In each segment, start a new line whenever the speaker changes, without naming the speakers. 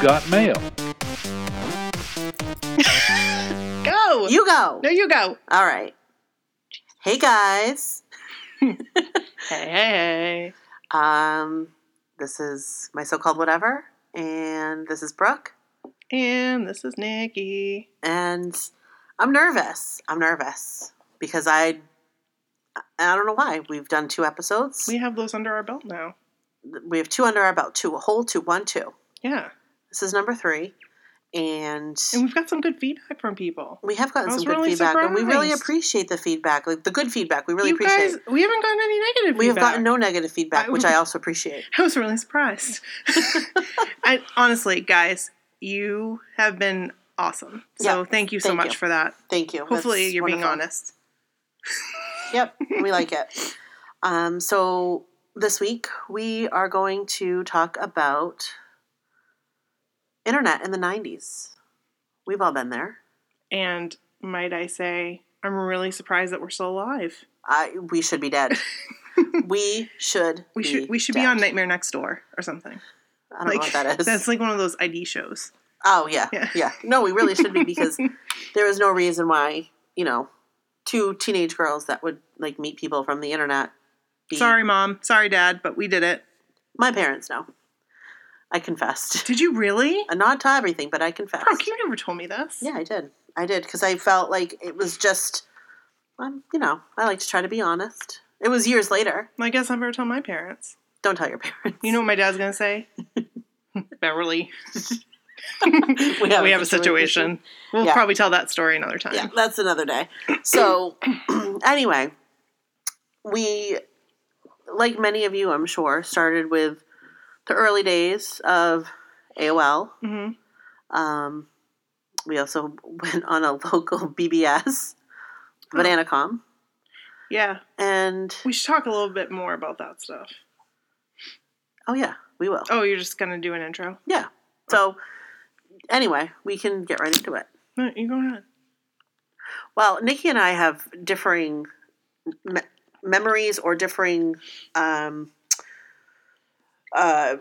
got mail.
Go.
You go.
no, you go.
All right. Hey guys.
Hey, hey, hey.
Um, this is my so-called whatever, and this is Brooke,
And this is Nikki.
and I'm nervous. I'm nervous because I, I don't know why. We've done two episodes.
We have those under our belt now.
we have two under our belt, two, a whole two, one, two.
Yeah.
This is number three, and
And we've got some good feedback from people.
we have gotten
I was
some good
really
feedback, and we really
surprised.
appreciate the feedback, like the good feedback. We really
you
appreciate.
guys, we haven't gotten any negative
we have
feedback.
gotten no negative feedback,
I-
which I also appreciate.
I was really surprised. I, honestly, guys, you have been awesome. So
Yeah,
thank you so
thank
much
you.
for that.
Thank you.
Hopefully,
That's
you're being
wonderful.
honest.
Yep, we like it. Um, so this week we are going to talk about internet in the '90s. We've all been there.
And might I say, I'm really surprised that we're still alive.
I we should be dead. we should.
We
be
should we should be
dead.
on Nightmare Next Door or something.
I don't know what that is.
That's like one of those ID shows.
oh yeah,
Yeah.
yeah, No, we really should be because there is no reason why you know two teenage girls that would like meet people from the internet. Be,
Sorry, mom. Sorry, dad. But we did it.
my parents know. I confessed.
Did you really?
Uh, Not to everything, but I confessed.
Brooke, Oh, you never told me this.
Yeah, I did. I did because I felt like it was just, um, you know, I like to try to be honest. It was years later.
I guess I'm gonna tell my parents.
Don't tell your parents.
You know what my dad's gonna say? Beverly,
we have,
we have a situation. We'll
Yeah.
probably tell that story another time.
Yeah, that's another day. So, anyway, we, like many of you, I'm sure, started with the early days of AOL.
hmm
Um, we also went on a local BBS,
Oh.
Bananacom,
Yeah.
and
We should talk a little bit more about that stuff.
oh yeah, we will.
Oh, you're just gonna do an intro?
Yeah. So anyway, we can get right into it.
No, you go ahead.
Well, Nikki and I have differing me- memories or differing. Um, uh,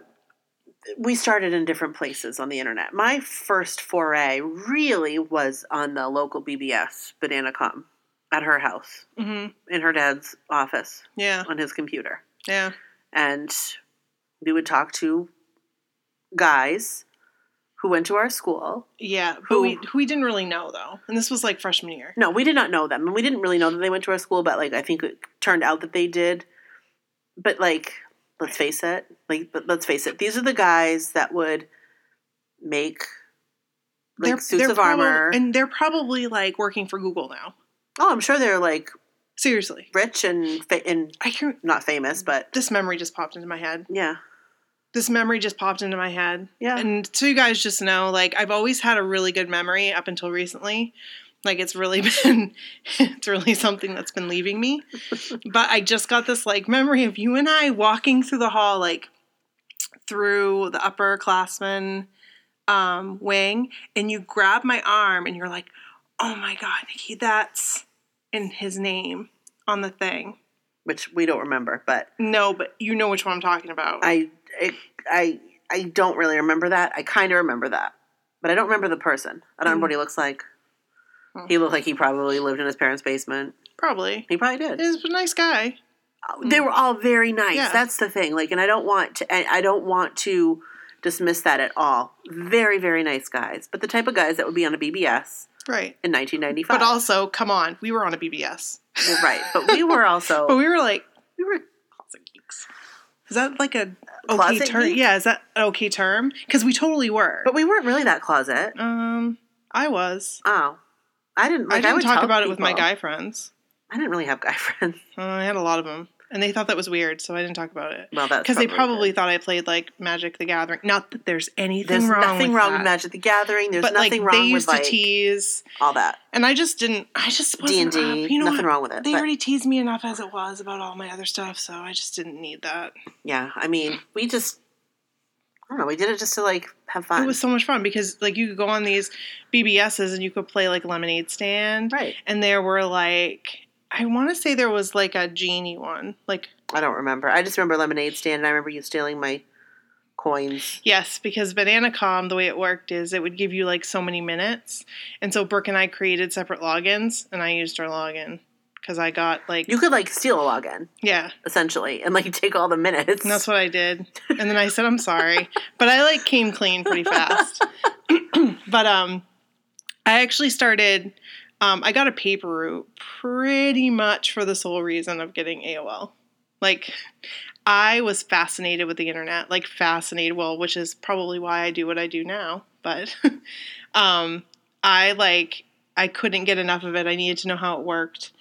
we started in different places on the internet. My first foray really was on the local BBS, Bananacom, at her house,
hmm
in her dad's office,
Yeah.
on his computer.
Yeah.
and we would talk to guys who went to our school.
Yeah. But
Who-
we who we didn't really know though, and this was like freshman year.
No, we did not know them, and we didn't really know that they went to our school. But like, I think it turned out that they did. But like, let's face it. Like, but let's face it. These are the guys that would make like
They're-
suits
they're
of
probab-
armor.
and they're probably like working for Google now.
oh, I'm sure they're like
Seriously,
rich and fa- and
I can.
not famous, but
This memory just popped into my head.
yeah,
This memory just popped into my head.
yeah.
And so you guys just know, like I've always had a really good memory up until recently. Like it's really been, it's really something that's been leaving me. But I just got this like memory of you and I walking through the hall, like through the upperclassmen um, wing, and you grab my arm and you're like, "Oh my God, Nikki, that's in his name on the thing."
Which we don't remember, but
No, but you know which one I'm talking about.
I it, I I don't really remember that. I kind of remember that, but I don't remember the person. I don't know what he looks like.
Mm. Hmm.
He looked like he probably lived in his parents' basement.
probably.
He probably did.
He's a nice guy.
They were all very nice.
Yeah.
That's the thing. Like, and I don't want to. I I don't want to dismiss that at all. Very very nice guys, but the type of guys that would be on a BBS
Right.
in 1995.
But also, come on, we were on a BBS.
Well, right. But we were also
But we were like
we were
closet geeks. Oh. Is that like a okay
Closet
term?
geek?
Yeah, is that an okay term? Because we totally were.
but we weren't really that closet.
um, I was.
Oh, I didn't. Like,
I didn't
would
talk
tell
about it with my
people.
guy friends.
I didn't really have guy friends.
Uh, I had a lot of them, and they thought that was weird, so I didn't talk about it.
Well, that's
Because they probably
good.
thought I played like Magic the Gathering. Not that there's anything
There's
wrong.
nothing
with
wrong
that.
with Magic the Gathering. There's
But like
nothing wrong
they used
with like
to tease,
all that
and I just didn't. I just
D
wasn't
and
up.
D.
You know,
Nothing wrong with it.
they
but,
already teased me enough as it was about all my other stuff, so I just didn't need that.
yeah, I mean, we just I don't know. We did it just to like have fun.
It was so much fun because like you could go on these BBSs and you could play like Lemonade Stand,
right.
and there were like I want to say there was like a genie one, like
I don't remember. I just remember Lemonade Stand, and I remember you stealing my coins.
Yes, because BananaCom, the way it worked is it would give you like so many minutes. And so Brooke and I created separate logins and I used her login because I got like,
You could like steal a login
yeah,
essentially, and like take all the minutes.
and that's what I did. And then I said, I'm sorry. But I like came clean pretty fast. but um, I actually started, um, I got a paper route pretty much for the sole reason of getting AOL. Like, I was fascinated with the internet, like fascinated, well, which is probably why I do what I do now, but um I like I couldn't get enough of it. I needed to know how it worked.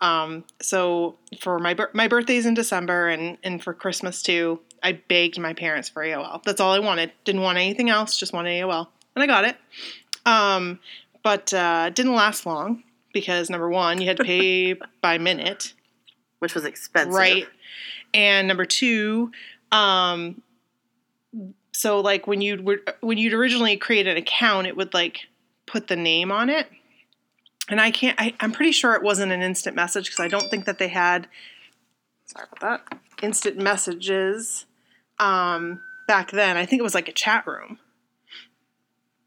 Um so for my bir- my birthday's in December and and for Christmas too, I begged my parents for AOL. That's all I wanted. Didn't want anything else, just wanted AOL. And I got it. Um but uh it didn't last long because number 1, you had to pay by minute
which was expensive.
right and number two um so like when you'd when you'd originally create an account it would like put the name on it and i can't I, i'm pretty sure it wasn't an instant message because i don't think that they had sorry about that instant messages um back then i think it was like a chat room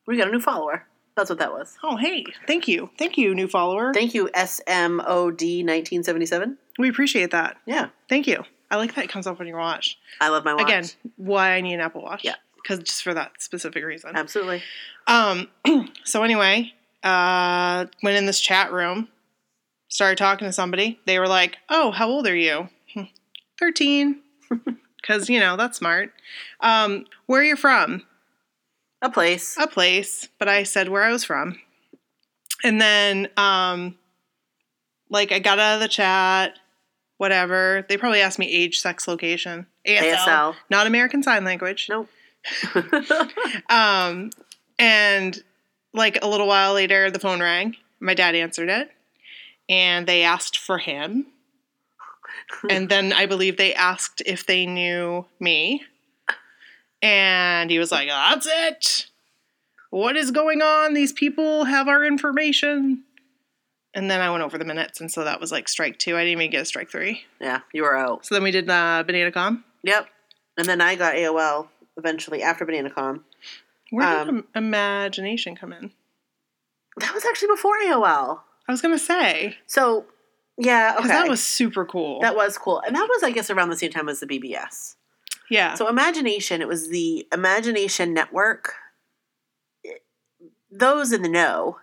We got a new follower. That's what that was.
oh hey thank you thank you new follower
Thank you, SMOD1977.
we appreciate that
Yeah.
thank you i like that it comes up on your watch
I love my watch.
again why i need an apple watch
Yeah.
because just for that specific reason
Absolutely.
Um, so anyway, uh, went in this chat room, started talking to somebody. They were like, "Oh, how old are you?" Hmm. Thirteen, because you know that's smart. Um, where are you from?
A place.
A place, but I said where I was from, and then um, like I got out of the chat. Whatever. They probably asked me age, sex, location. ASL.
ASL.
Not American Sign Language.
Nope.
Um, and like a little while later, the phone rang. My dad answered it, and they asked for him. and then I believe they asked if they knew me, and he was like, "That's it. What is going on? These people have our information." And then I went over the minutes, and so that was like strike two. I didn't even get a strike three.
yeah, you were out.
So then we did uh, BananaCom.
Yep. And then I got AOL eventually after BananaCom.
Where did
Um,
im- imagination come in?
That was actually before AOL.
I was gonna say
So, yeah, okay.
because that was super cool.
That was cool. And that was, I guess, around the same time as the BBS.
Yeah.
So Imagination, it was the Imagination Network. Those in the know,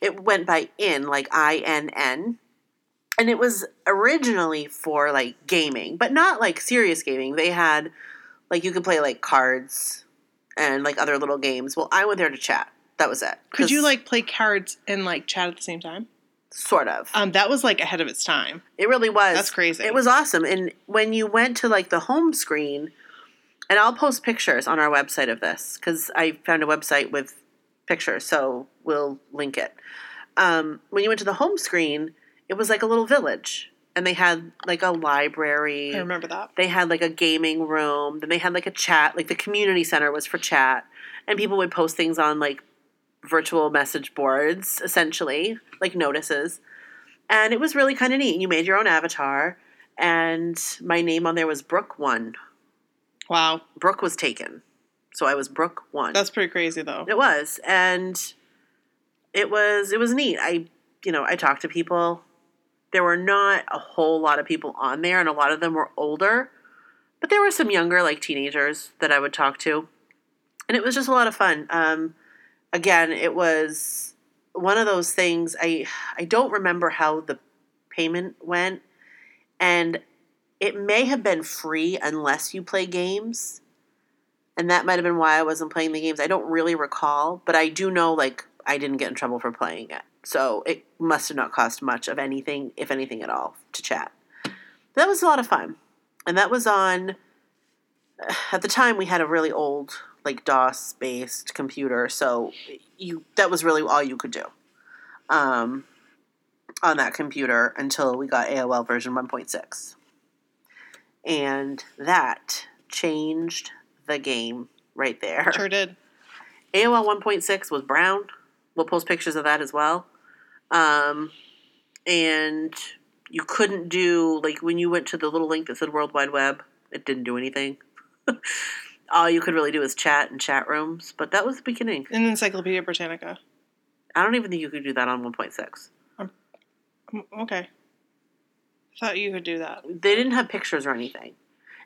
it went by in, like I N N. And it was originally for like gaming, but not like serious gaming. They had like you could play like cards and like other little games. Well, I went there to chat. That was it.
Could you
'Cause-
like play cards and like chat at the same time?
sort of?
Um, that was like ahead of its time.
It really was.
That's crazy.
It was awesome. And when you went to like the home screen, and I'll post pictures on our website of this because I found a website with pictures, so we'll link it. Um, when you went to the home screen, it was like a little village, and they had like a library.
I remember that.
They had like a gaming room. Then they had like a chat. Like the community center was for chat, and people would post things on like virtual message boards, essentially like notices. And it was really kind of neat. You made your own avatar, and my name on there was Brooke One.
Wow,
Brooke was taken, so I was Brooke One.
that's pretty crazy though.
it was, and it was it was neat. I you know I talked to people. There were not a whole lot of people on there, and a lot of them were older, but there were some younger, like teenagers, that I would talk to, and it was just a lot of fun. Um, again, it was one of those things. I I don't remember how the payment went, and it may have been free unless you play games and that might have been why I wasn't playing the games. I don't really recall, but I do know like I didn't get in trouble for playing it, so it must have not cost much of anything, if anything at all, to chat. That was a lot of fun, and that was on. At the time, we had a really old like DOS based computer, so you that was really all you could do. Um, on that computer until we got AOL version 1.6. And that changed the game right there.
Sure did.
AOL 1.6 was brown. We'll post pictures of that as well. Um, and you couldn't do, like, when you went to the little link that said World Wide Web, it didn't do anything. All you could really do is chat in chat rooms, but that was the beginning.
in Encyclopedia Britannica.
I don't even think you could do that on 1.6.
Mm, Okay. I thought you could do that.
They didn't have pictures or anything.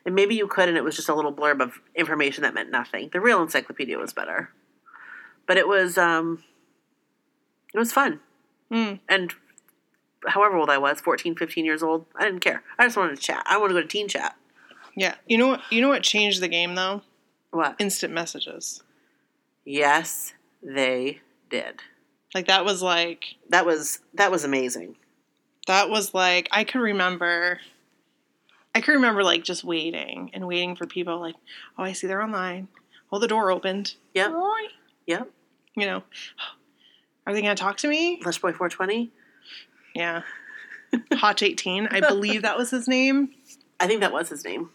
And maybe you could, and it was just a little blurb of information that meant nothing. The real encyclopedia was better. But it was, um, it was fun.
Mm.
And however old I was, 14, 15 years old, I didn't care. I just wanted to chat. I wanted to go to teen chat.
Yeah. You know what? You know what changed the game though?
What?
Instant messages.
Yes, they did.
Like that was like
That was that was amazing.
that was like I could remember. I could remember like just waiting and waiting for people. Like, oh, I see they're online. Oh, the door opened.
Yep.
Boing.
Yep.
You know, are they gonna talk to me?
Flesh Boy 420.
Yeah. Hotch eighteen, I believe that was his name.
I think that was his name.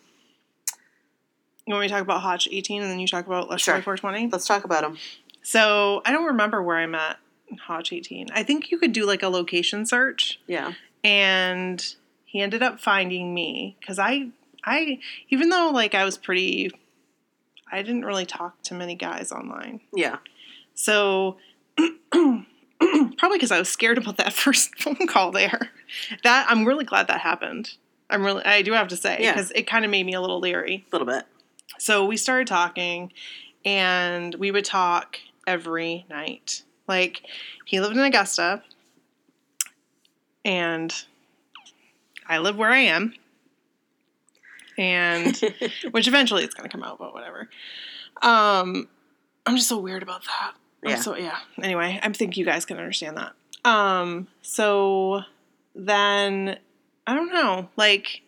You want me to talk about Hotch eighteen, and then you talk about Let's
Sure.
Try four twenty.
Let's talk about him.
So I don't remember where I'm at in Hotch 18. I think you could do like a location search,
Yeah.
and he ended up finding me because I, I even though like I was pretty, I didn't really talk to many guys online.
Yeah.
So probably because I was scared about that first phone call there. That I'm really glad that happened. I'm really I do have to say
Yeah.
because it kind of made me a little leery.
A little bit.
So we started talking, and we would talk every night. Like, he lived in Augusta, and I live where I am. And which eventually it's going to come out, but whatever. Um, I'm just so weird about that. I'm
Yeah.
So yeah. Anyway, I think you guys can understand that. Um, so then I don't know. Like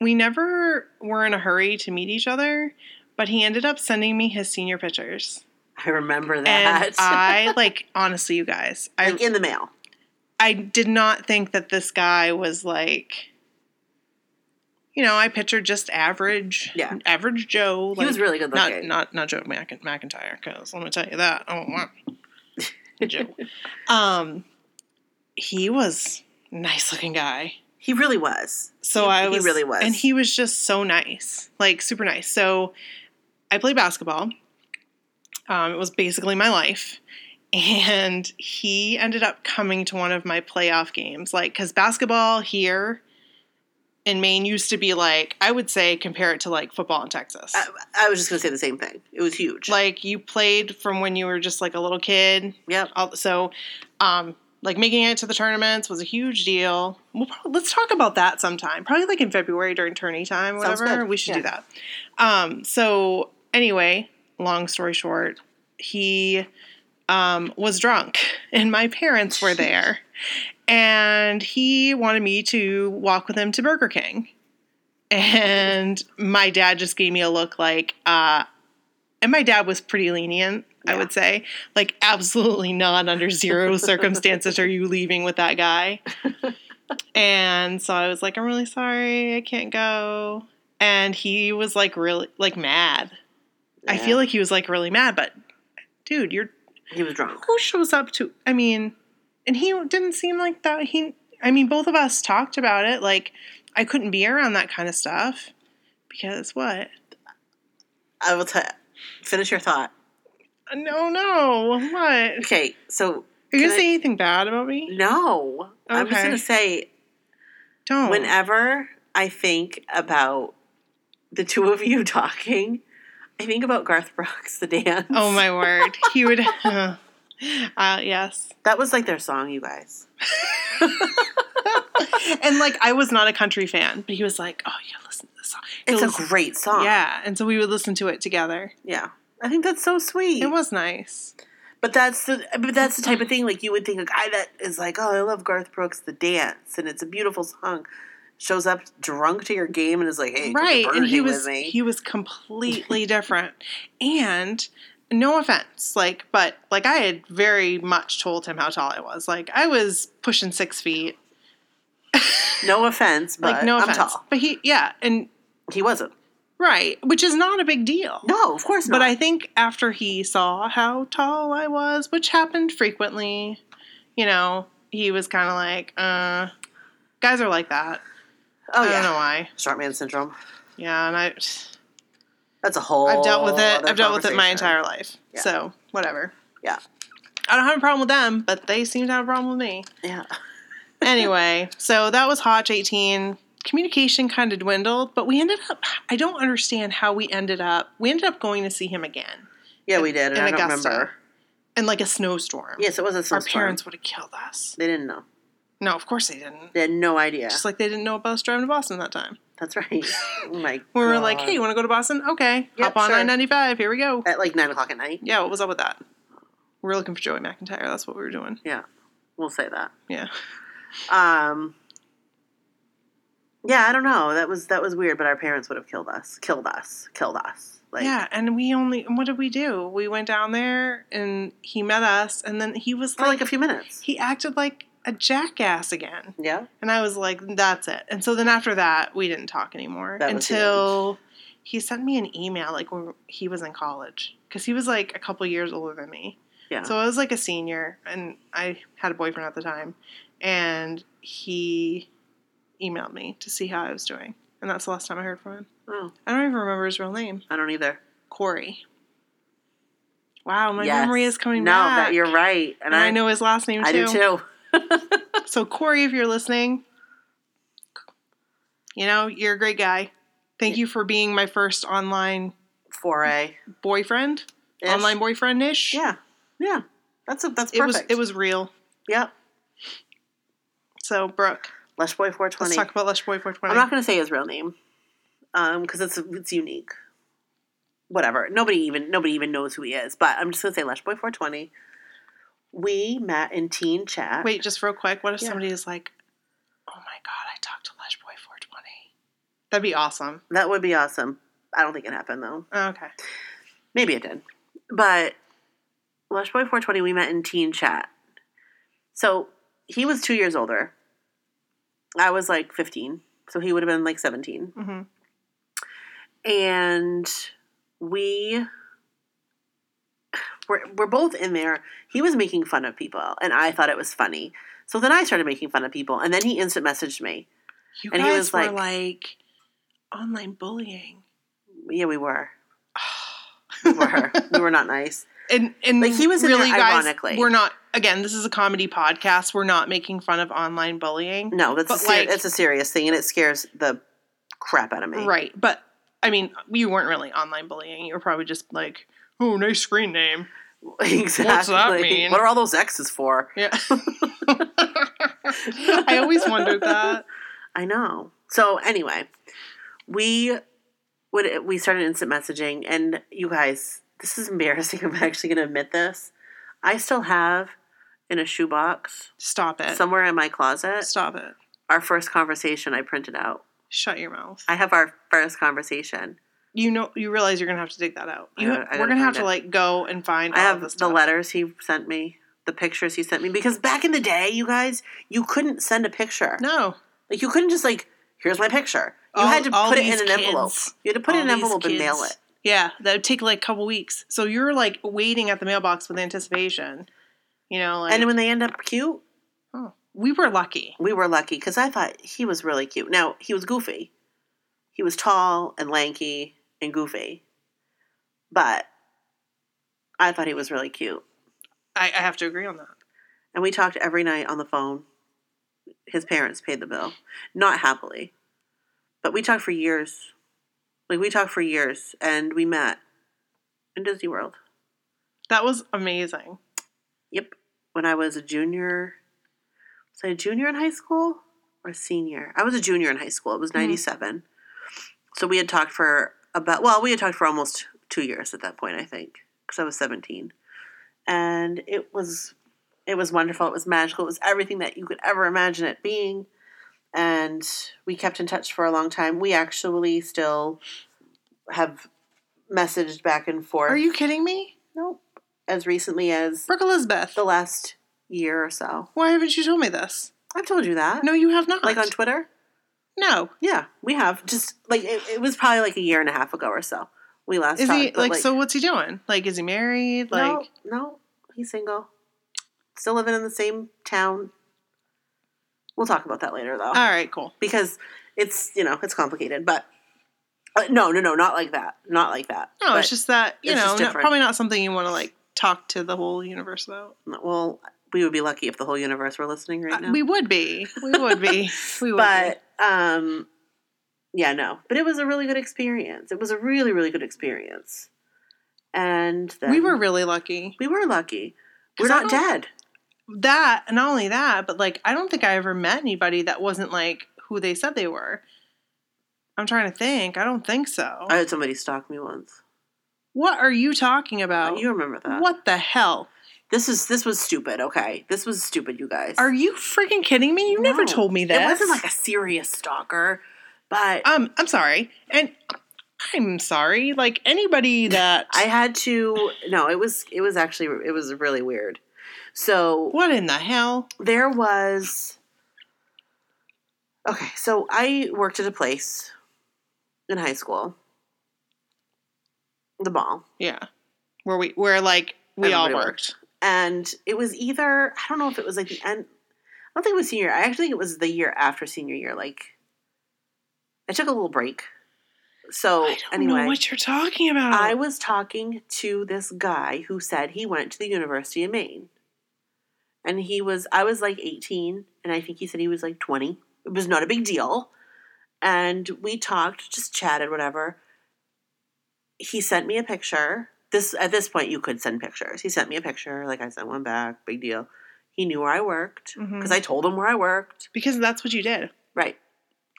we never were in a hurry to meet each other, but he ended up sending me his senior pictures.
I remember
And
that.
I like honestly you guys, I
like in the mail.
I did not think that this guy was like you know, I pictured just average,
Yeah.
average Joe.
he was really good
not
looking.
not not Joe Mc, McIntyre because let me tell you that oh wow Joe um he was a nice looking guy
he really was.
so
He-
I
he
was
really was.
and he was just so nice like super nice so I played basketball um, it was basically my life and he ended up coming to one of my playoff games like because basketball here in Maine used to be like I would say compare it to like football in Texas
I, I was just gonna say the same thing. It was huge.
like you played from when you were just like a little kid.
yep.
All- So, um, like making it to the tournaments was a huge deal. We'll probably, let's talk about that sometime. Probably like in February during tourney time, or
Sounds
whatever.
good.
We should do
Yeah.
that. Um, so anyway, long story short, he um, was drunk, and my parents were there, and he wanted me to walk with him to Burger King. And my dad just gave me a look like, uh, and my dad was pretty lenient, I
Yeah.
would say. Like, absolutely not under zero circumstances are you leaving with that guy. and so I was like, I'm really sorry, I can't go. And he was like, really, like, mad. I
Yeah.
feel like he was like really mad, but dude, you're
he was drunk.
who shows up to i mean and he didn't seem like that he i mean both of us talked about it like i couldn't be around that kind of stuff because what
I will tell. Finish your thought.
Uh, no no what
Okay. So
are you
Can
gonna
I-
say anything bad about me
no, I'm just
Okay. Oh.
gonna say
don't
whenever I think about the two of you talking, I think about Garth Brooks, the dance.
oh my word he would uh, yes
That was like their song, you guys.
and like i was not a country fan but he was like oh yeah listen to this song He'll
It's a
listen-
great song.
yeah and so we would listen to it together
Yeah. I think that's so sweet.
it was nice
But that's the but that's the
Mm-hmm.
type of thing like you would think a guy that is like, oh, I love Garth Brooks, the dance, and it's a beautiful song, shows up drunk to your game and is like, hey, E.
right and he was
with me.
he was completely different and no offense like but like i had very much told him how tall i was like i was pushing six feet
no offense, but
like no
I'm
offense
tall.
but he yeah and
He wasn't.
right which is not a big deal
No, of course not.
but i think after he saw how tall i was which happened frequently you know he was kind of like uh guys are like that
oh
i don't
yeah,
know why
short man syndrome.
yeah and i
That's a whole.
I've dealt with it.
other
I've dealt with it my
conversation.
entire life.
Yeah.
So whatever.
Yeah.
I don't have a problem with them, but they seem to have a problem with me.
Yeah.
anyway, so that was Hotch 18. Communication kind of dwindled, but we ended up. I don't understand how we ended up. We ended up going to see him again
Yeah, we did. And
in
I don't
Augusta.
remember.
in like a snowstorm.
Yes, it was a
Our
snowstorm.
parents would have killed us.
They didn't know.
No, of course they didn't.
They had no idea.
Just like they didn't know about us driving to Boston that time.
That's right. Oh my
We were like,
God.
hey, you want to go to Boston? Okay.
Yep,
Hop on
sure.
995. Here we go.
at like nine o'clock at night.
Yeah, what was up with that? We were looking for Joey McIntyre. That's what we were doing.
Yeah, we'll say that.
Yeah.
Um, yeah, I don't know. That was that was weird, but our parents would have killed us, killed us, killed us. Like,
yeah, and we only, and what did we do? We went down there and he met us, and then he was
for
like,
like a few minutes.
he acted like a jackass again.
yeah,
And I was like, that's it. And so then after that, we didn't talk anymore
That was the end.
until he sent me an email like when he was in college because he was like a couple years older than me.
yeah.
So I was like a senior and I had a boyfriend at the time. And he emailed me to see how I was doing. And that's the last time I heard from him.
oh,
I don't even remember his real name
I don't either.
Corey. Wow, my
Yes.
memory is coming
no,
back.
that you're right,
And I, know his last name
I do too.
so Corey, if you're listening, you know you're a great guy. Thank you for being my first online
Foray,
boyfriend, online boyfriend ish.
Yeah, yeah. That's a, that's
it was
perfect.
it was real.
Yep.
So Brooke,
Lush Boy four
let's
twenty.
talk about Lush Boy 420.
I'm not going to say his real name, um, because it's it's unique. Whatever. Nobody even nobody even knows who he is. But I'm just going to say Lush Boy 420. We met in Teen Chat.
Wait, just real quick. What if
Yeah.
somebody is like, "Oh my God, I talked to Lush Boy 420." That'd be awesome.
that would be awesome. I don't think it happened though.
Okay.
Maybe it did. But Lush Boy 420, we met in Teen Chat. So he was two years older. I was like 15, so he would have been like 17.
hmm
and we were, we're both in there. He was making fun of people, and I thought it was funny. So then I started making fun of people, and then he instant messaged me.
You
And
guys
he was
were
like-
like online bullying.
Yeah, we were. We were. we were not nice.
And and
Like, he was in
really
there
guys,
ironically.
We're not again. This is a comedy podcast. We're not making fun of online bullying,
No, that's a
But,
ser-
like-
that's a serious thing, and it scares the crap out of me.
right? But I mean, you weren't really online bullying. You were probably just like, "Oh, nice screen name."
Exactly.
mean?
What are all those X's for?
Yeah. I always wondered that.
I know. So anyway, we would we started instant messaging, and you guys, this is embarrassing. I'm actually going to admit this. I still have in a shoebox
Stop it.
somewhere in my closet
Stop it.
our first conversation. I printed out.
Shut your mouth.
I have our first conversation.
You know, you realize you're gonna have to dig that out.
I
You,
gotta- I
we're
gotta
gonna have
find
to
it.
like go and find.
I
all
have
of this
the
stuff.
letters he sent me, the pictures he sent me, because back in the day, you guys, you couldn't send a picture.
No,
Like you couldn't just like, here's my picture. You
All-
had to
all
put it in
these
an envelope.
kids.
You had to put it in
all
an
these
envelope and mail
kids.
it.
Yeah, that would take like a couple weeks. So you're like waiting at the mailbox with anticipation. You know, like
And when they end up cute,
oh, we were lucky.
we were lucky because I thought he was really cute. Now he was goofy. He was tall and lanky and goofy, but I thought he was really cute.
I, I have to agree on that.
And we talked every night on the phone. His parents paid the bill, not happily, but we talked for years. Like we talked for years, and we met in Disney World.
That was amazing.
Yep, when I was a junior, was I a junior in high school or a senior? I was a junior in high school. It was
Mhm.
ninety so we had talked for about well, we had talked for almost two years at that point, I think, because I was seventeen, and it was it was wonderful. It was magical. It was everything that you could ever imagine it being, and we kept in touch for a long time. We actually still have messaged back and forth.
Are you kidding me?
Nope. As recently as
Brooke Elizabeth.
the last year or so.
Why haven't you told me this?
I've told you that.
No, you have not.
Like on Twitter?
No.
Yeah, we have. Just like it, it was probably like a year and a half ago or so. We last
Is
talked.
he
but,
like, so what's he doing? Like is he married? Like
no, no, he's single. Still living in the same town. We'll talk about that later though.
Uh, all right, cool.
because it's you know, it's complicated. But Uh, no, no, no, not like that. Not like that.
No,
But-
it's just that you
it's
know,
just
not-
different.
probably not something you want to like talk to the whole universe about.
well, we would be lucky if the whole universe were listening right
Uh,
now.
we would be, we would be, we would. be.
but um, yeah, no. But it was a really good experience. It was a really, really good experience. And then
we were really lucky.
we were lucky.
'Cause
We're
I
not
don't-
dead.
That, and not only that, but like I don't think I ever met anybody that wasn't like who they said they were. I'm trying to think. I don't think so.
I had somebody stalk me once.
what are you talking about?
You remember
Oh.
that?
what the hell?
This is this was stupid. Okay, this was stupid, you guys.
Are you freaking kidding me? You never
No,
told me this.
It wasn't like a serious stalker, but
um, I'm sorry, and I'm sorry. Like anybody that
I had to. No, it was it was actually it was really weird. So
What in the hell?
there was. Okay, so I worked at a place in high school, the mall,
Yeah. Where we where like we all
Everybody
worked.
and it was either I don't know if it was like the end. I don't think it was senior. year. I actually think it was the year after senior year. Like, I took a little break. So
I don't
anyway,
know what you're talking about.
I was talking to this guy who said he went to the University of Maine. And he was, I was like 18, and I think he said he was like 20. It was not a big deal. And we talked, just chatted, whatever. He sent me a picture. This at this point you could send pictures. He sent me a picture, like I sent one back, big deal. He knew where I worked because
Mhm.
I told him where I worked.
because that's what you did.
Right.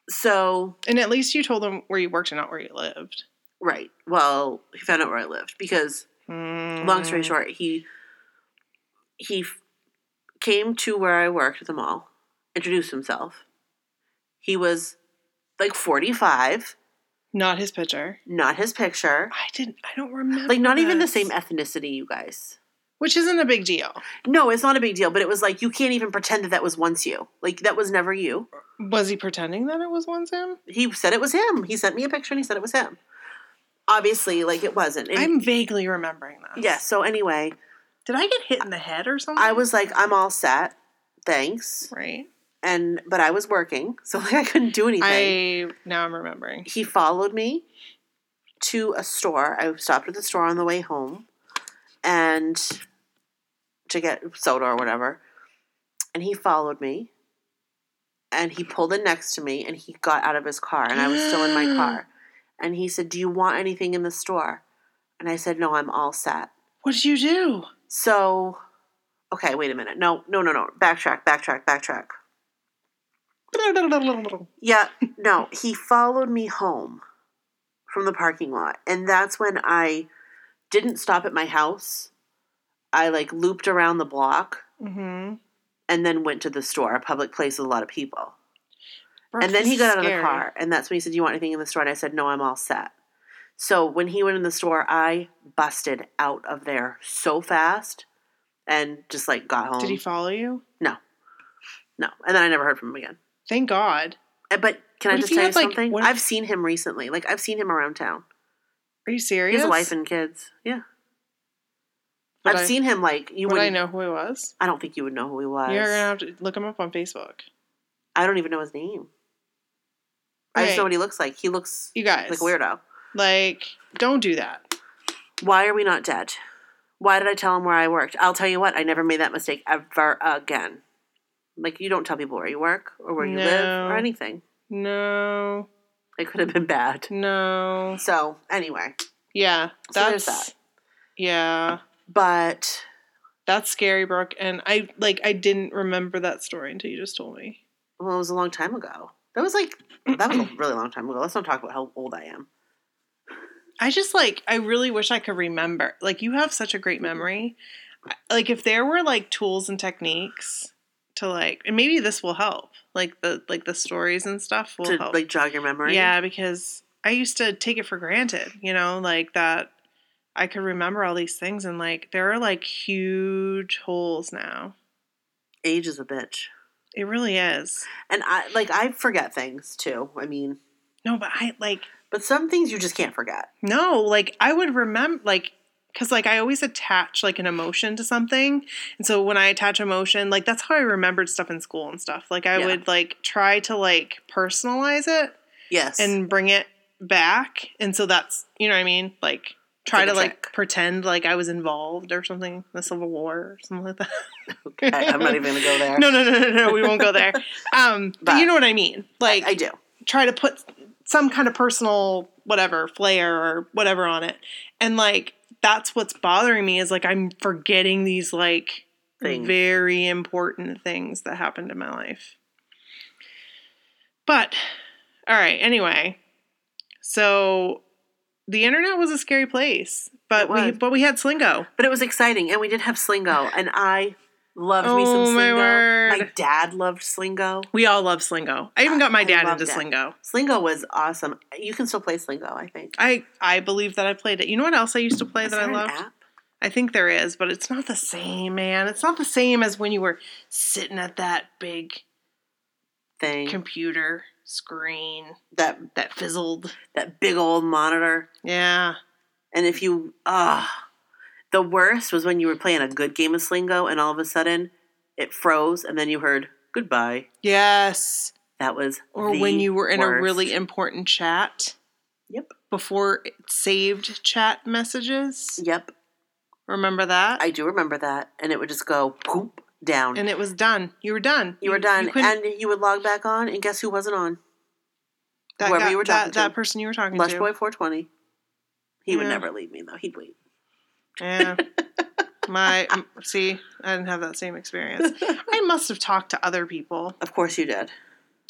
So
And at least you told them where you worked and not where you lived.
right. Well, he found out where I lived because long story
Mm.
short he he f- came to where i worked at the mall introduced himself he was like 45
Not his picture.
not his picture
I didn't I don't remember.
like not even the
this.
same e- ethnicity you guys
Which isn't a big deal.
no it's not a big deal but it was like you can't even pretend that that was once you like that was never you
Was he pretending that it was once him?
he said it was him he sent me a picture and he said it was him obviously like it wasn't And-
I'm vaguely remembering that.
yeah so anyway
Did I get hit in the head or something?
i was like i'm all set thanks
right.
and but i was working so like i couldn't do anything
I now I'm remembering.
he followed me to a store. I stopped at the store on the way home and to get soda or whatever. And he followed me and he pulled in next to me and he got out of his car and I was still in my car. And he said, Do you want anything in the store? And I said, No, I'm all set.
What did you do?
So, okay, wait a minute. No, no, no, no. Backtrack, backtrack, backtrack.
Mm-hmm.
Yeah, no, he followed me home from the parking lot. And that's when I didn't stop at my house. I like looped around the block
Mm-hmm.
and then went to the store, a public place with a lot of people. and then he got out of the car. And that's when he said, Do you want anything in the store? And I said, No, I'm all set. So when he went in the store, I busted out of there so fast and just like got home.
Did he follow you?
no. And then I never heard from him again.
Thank God.
Uh, But can
What
I
if
just
he
tell you
had, like,
something?
what if-
I've seen him recently. Like I've seen him around town.
Are you
He
serious?
has a wife and kids. Yeah.
Would
I've
I-
seen him like you
Would
wouldn't
I know who he was?
I don't think you would know who he was.
You're uh, gonna have to look him up on Facebook.
I don't even know his name. I just
Right.
know what he looks like. He looks
You guys,
like a weirdo.
Like, don't do that.
Why are we not dead? Why did I tell him where I worked? I'll tell you what, I never made that mistake ever again. Like you don't tell people where you work or where you live or
No.
anything.
No,
It could have been bad.
no.
So anyway.
Yeah,
So
that's
there's that.
yeah,
But
that's scary, Brooke. And I like I didn't remember that story until you just told me.
well, it was a long time ago. That was like that was a really long time ago. Let's not talk about how old I am.
I just like I really wish I could remember. Like you have such a great memory. I- Like if there were like tools and techniques to like, and maybe this will help. Like the like the stories and stuff will
to
help.
like jog your memory.
Yeah, because I used to take it for granted, you know, like that I could remember all these things and like there are like huge holes now.
Age is a bitch.
It really is.
And I like I forget things too. I mean,
No, but I like
but some things you just can't forget.
no, like I would remember like cuz like I always attach like an emotion to something. And so when I attach emotion, like that's how I remembered stuff in school and stuff. Like I
Yeah.
would like try to like personalize it
Yes.
and bring it back. And so that's, you know what I mean? Like, try
Like a
to like
trick.
pretend like I was involved or something, in the Civil War or something like that.
I, I'm not even going to go there.
No, no, no, no, no. We won't go there. Um, but,
But-
you know what I mean. Like,
I do.
try to put some kind of personal whatever flair or whatever on it. And like that's what's bothering me is like I'm forgetting these like
Things.
very important things that happened in my life. But all right, anyway. So the internet was a scary place, but
It
we
was.
but we had Slingo.
But it was exciting, and we did have Slingo, and I loved me some
Oh, my
Slingo.
word.
My dad loved Slingo.
We all love Slingo. I even got my
I
dad
loved
into
it.
Slingo.
Slingo was awesome. You can still play Slingo, I think.
I I believe that I played it. You know what else I used to play
Is
that
there
I
an
loved?
app?
I think there is, but it's not the same, man. It's not the same as when you were sitting at that big
thing.
computer screen
that
that fizzled.
that big old monitor.
Yeah.
And if you, ah, the worst was when you were playing a good game of Slingo, and all of a sudden it froze, and then you heard goodbye.
Yes.
That was
Or
the
when you were in a
worst.
really important chat
yep
before it saved chat messages.
yep.
Remember that?
I do remember that, and it would just go poop down.
and it was done. You were done.
you were done,
couldn't-
and you would log back on, and guess who wasn't on?
that
whoever
guy-
you were
that,
talking to.
that person you were talking
Lush
to.
Boy 420. He would
Yeah.
never leave me though. He'd wait.
Yeah. My um, see, I didn't have that same experience. I must have talked to other people.
Of course you did.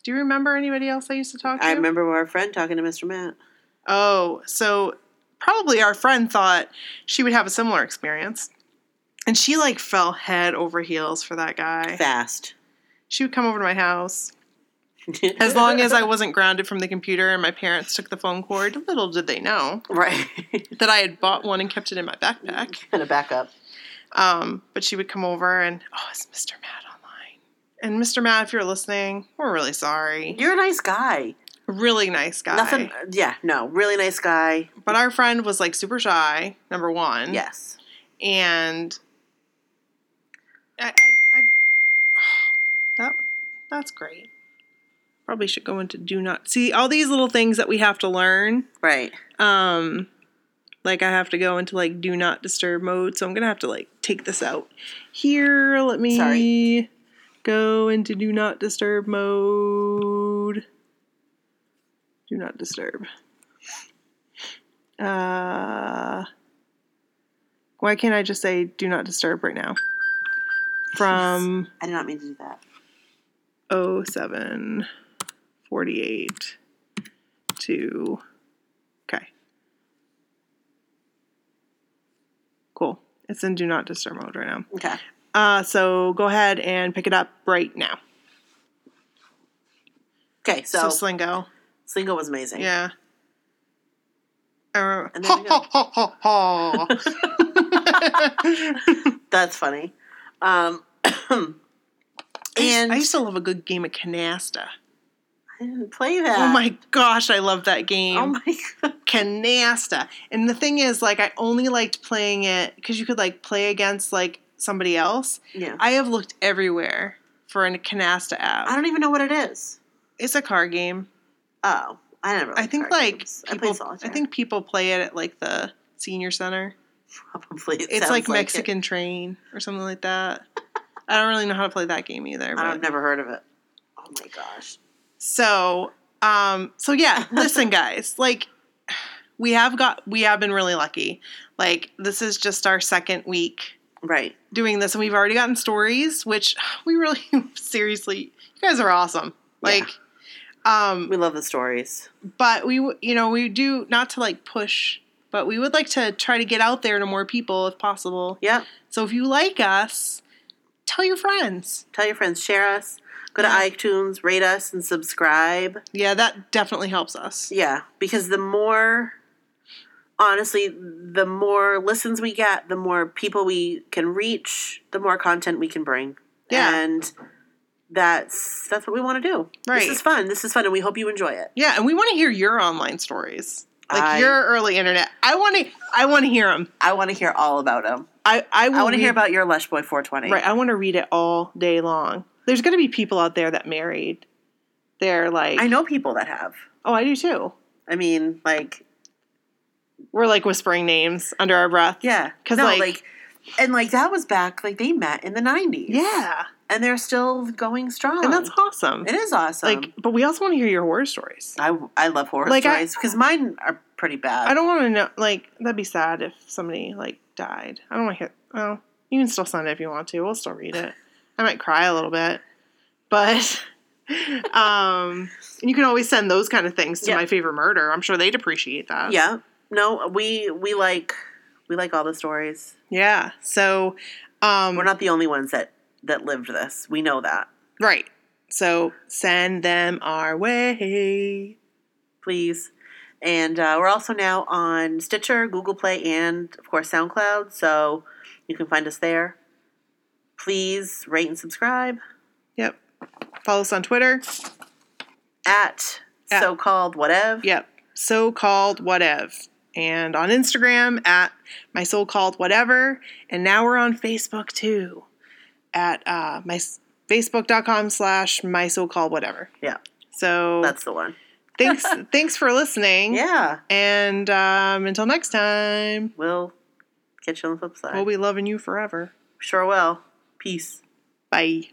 Do you remember anybody else I used to talk to?
I remember our friend talking to Mr. Matt.
Oh, so probably our friend thought she would have a similar experience. And she like fell head over heels for that guy.
Fast.
She would come over to my house as long as I wasn't grounded from the computer and my parents took the phone cord. Little did they know
right.
that I had bought one and kept it in my backpack.
kind of back up.
Um, but she would come over and oh, is Mr. Matt online? And Mr. Matt, if you're listening, we're really sorry.
You're a nice guy.
Really nice guy.
Nothing. Yeah. No. Really nice guy.
But our friend was like super shy, number one.
Yes.
and I, I, I that that's great. Probably should go into do not see all these little things that we have to learn.
Right.
Um, like I have to go into like do not disturb mode, so I'm gonna have to like take this out here. Let me
Sorry.
go into do not disturb mode. Do not disturb. Uh, why can't I just say do not disturb right now? From
I did not mean to do that.
07 48 to okay cool it's in do not disturb mode right now
Okay.
uh, so go ahead and pick it up right now
Okay.
so,
So,
slingo
Slingo was amazing.
yeah Uh,
And there
ho,
we
ho, ho, ho, ho.
That's funny. Um, and
I used to love a good game of canasta.
I didn't play that.
Oh my gosh, I love that game.
Oh my god.
canasta. And the thing is, like, I only liked playing it because you could like play against like somebody else.
Yeah.
I have looked everywhere for a canasta
I
app.
don't even know what it is.
It's a card game.
Oh, I never.
I
liked
think
card
like
games. I
people.
played
I,
solitaire.
think people play it at like the senior center.
probably it
It's
sounds
like
it.
Mexican Train or something like that. I don't really know how to play that game either. But.
I've never heard of it. Oh my gosh.
So, um, so yeah, listen, guys, like we have got, we have been really lucky. Like this is just our second week
Right.
doing this and we've already gotten stories which we really seriously you guys are awesome like um
We love the stories.
but we w- you know we do not to like push but we would like to try to get out there to more people if possible
Yep.
so if you like us tell your friends
Tell your friends, share us. Go to
Yeah.
iTunes, rate us, and subscribe.
yeah that definitely helps us
Yeah, because the more, honestly, the more listens we get, the more people we can reach, the more content we can bring.
Yeah.
And that's that's what we want to do.
Right.
This is fun. This is fun, and we hope you enjoy it.
yeah and we want to hear your online stories like
I-
your early internet i want to i want to hear them
I want to hear all about them.
i i,
I want to hear
about.
about your Lush Boy 420.
Right. I want to read it all day long. There's going to be people out there that married. They're like,
I know people that have.
Oh, I do too.
I mean, like,
We're like whispering names under our breath.
yeah,
'Cause,
no,
like-
like, and like that was back like they met in the '90s.
Yeah.
and they're still going strong.
And that's awesome.
it is awesome. Uh,
Like, but we also want to hear your horror stories.
I I love horror
Like, I-
stories because mine are pretty bad.
I don't want to know. Like, that'd be sad if somebody like died. I don't want to hear. Oh, you can still send it if you want to. We'll still read it. I might cry a little bit, but um, and you can always send those kind of things to
Yeah.
my favorite murder. I'm sure they'd appreciate that.
Yeah. No, we we like we like all the stories.
yeah. So, um,
We're not the only ones that that lived this. We know that.
right. So send them our way.
Please. And uh, we're also now on Stitcher, Google Play, and of course SoundCloud. So you can find us there. Please rate and subscribe
Yep. Follow us on Twitter.
at
At-
so called whatever.
Yep. So called whatever. And on Instagram at my so called whatever. And now we're on Facebook too at uh, my s- facebook.com slash my so called whatever.
Yeah.
So
That's the one.
thanks thanks for listening.
Yeah.
And um, until next time,
We'll catch you on the flip side.
we'll be loving you forever.
sure will. Peace.
Bye.